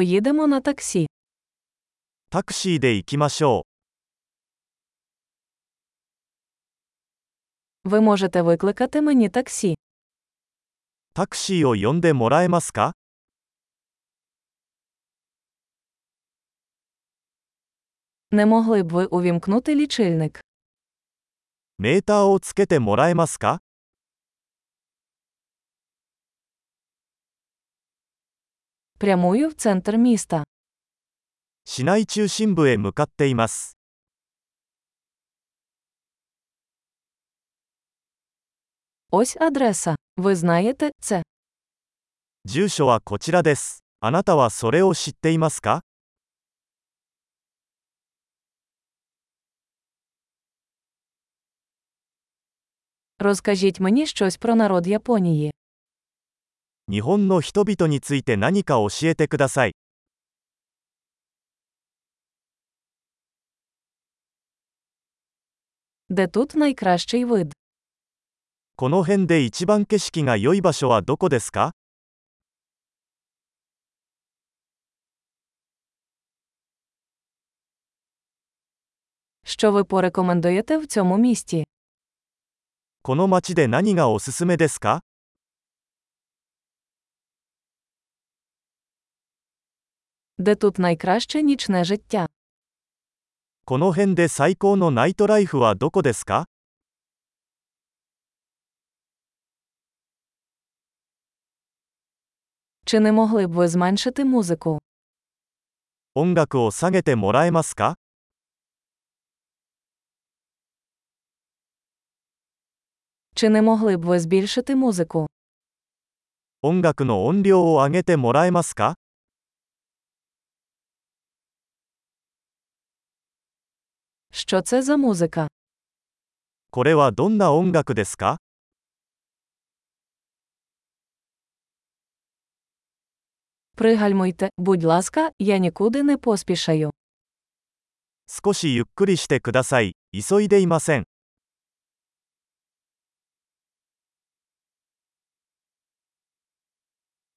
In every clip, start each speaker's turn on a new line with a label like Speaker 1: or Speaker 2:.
Speaker 1: Поїдемо на таксі.
Speaker 2: タクシーで行きましょ
Speaker 1: Ви можете викликати мені таксі.
Speaker 2: う。タクシーを呼んでもらえますか
Speaker 1: Не могли б ви увімкнути лічильник?
Speaker 2: メーターをつけてもらえますか
Speaker 1: Прямую в центр міста.
Speaker 2: 市内中心部へ向かっています。
Speaker 1: Ось адреса. Ви знаєте це.
Speaker 2: 住所はこちらです。あなたはそれを知っていますか
Speaker 1: Розкажіть мені щось про народ Японії.
Speaker 2: 日本の人々について何か教えてください。
Speaker 1: Де тут найкращий вид?
Speaker 2: この辺で一番景色が良い場所はどこですか
Speaker 1: Що ви порекомендуєте в цьому місті?
Speaker 2: この街で何がおすすめですか
Speaker 1: Де тут найкраще нічне життя?
Speaker 2: この辺で最高のナイトライフはどこですか
Speaker 1: Чи не могли б ви зменшити музику?
Speaker 2: 音楽を下げてもらえますか
Speaker 1: Чи не могли б ви збільшити музику?
Speaker 2: 音楽の音量を上げてもらえますか
Speaker 1: Що це за музика?
Speaker 2: これはどんな音楽ですか
Speaker 1: Пригальмуйте, будь ласка, я нікуди не поспішаю.
Speaker 2: 少しゆっくりしてください。急いでいません。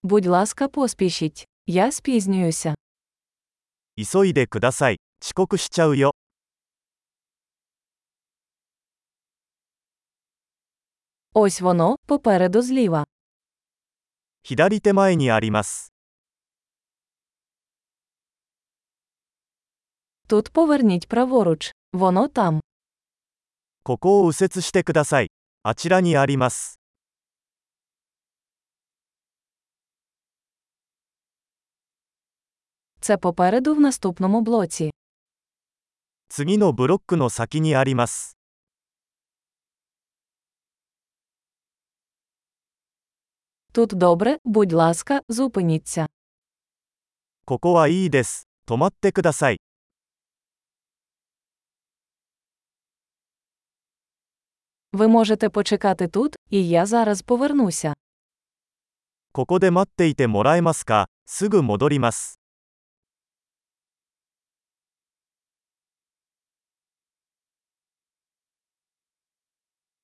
Speaker 1: Будь ласка, поспішіть. Я спізнююся.
Speaker 2: 急いでください。遅刻しちゃうよ。
Speaker 1: Ось воно, попереду зліва.
Speaker 2: 左手前にあります。
Speaker 1: Тут поверніть праворуч. Воно там.
Speaker 2: ここを右折してください。あちらにあります。
Speaker 1: Це попереду в наступному блоці.
Speaker 2: 次のブロックの先にあります。
Speaker 1: Тут добре, будь ласка, зупиніться.
Speaker 2: ここはいいです。止まってください。
Speaker 1: Ви можете почекати тут, і я зараз повернуся.
Speaker 2: ここで待っていてもらえますかすぐ戻ります。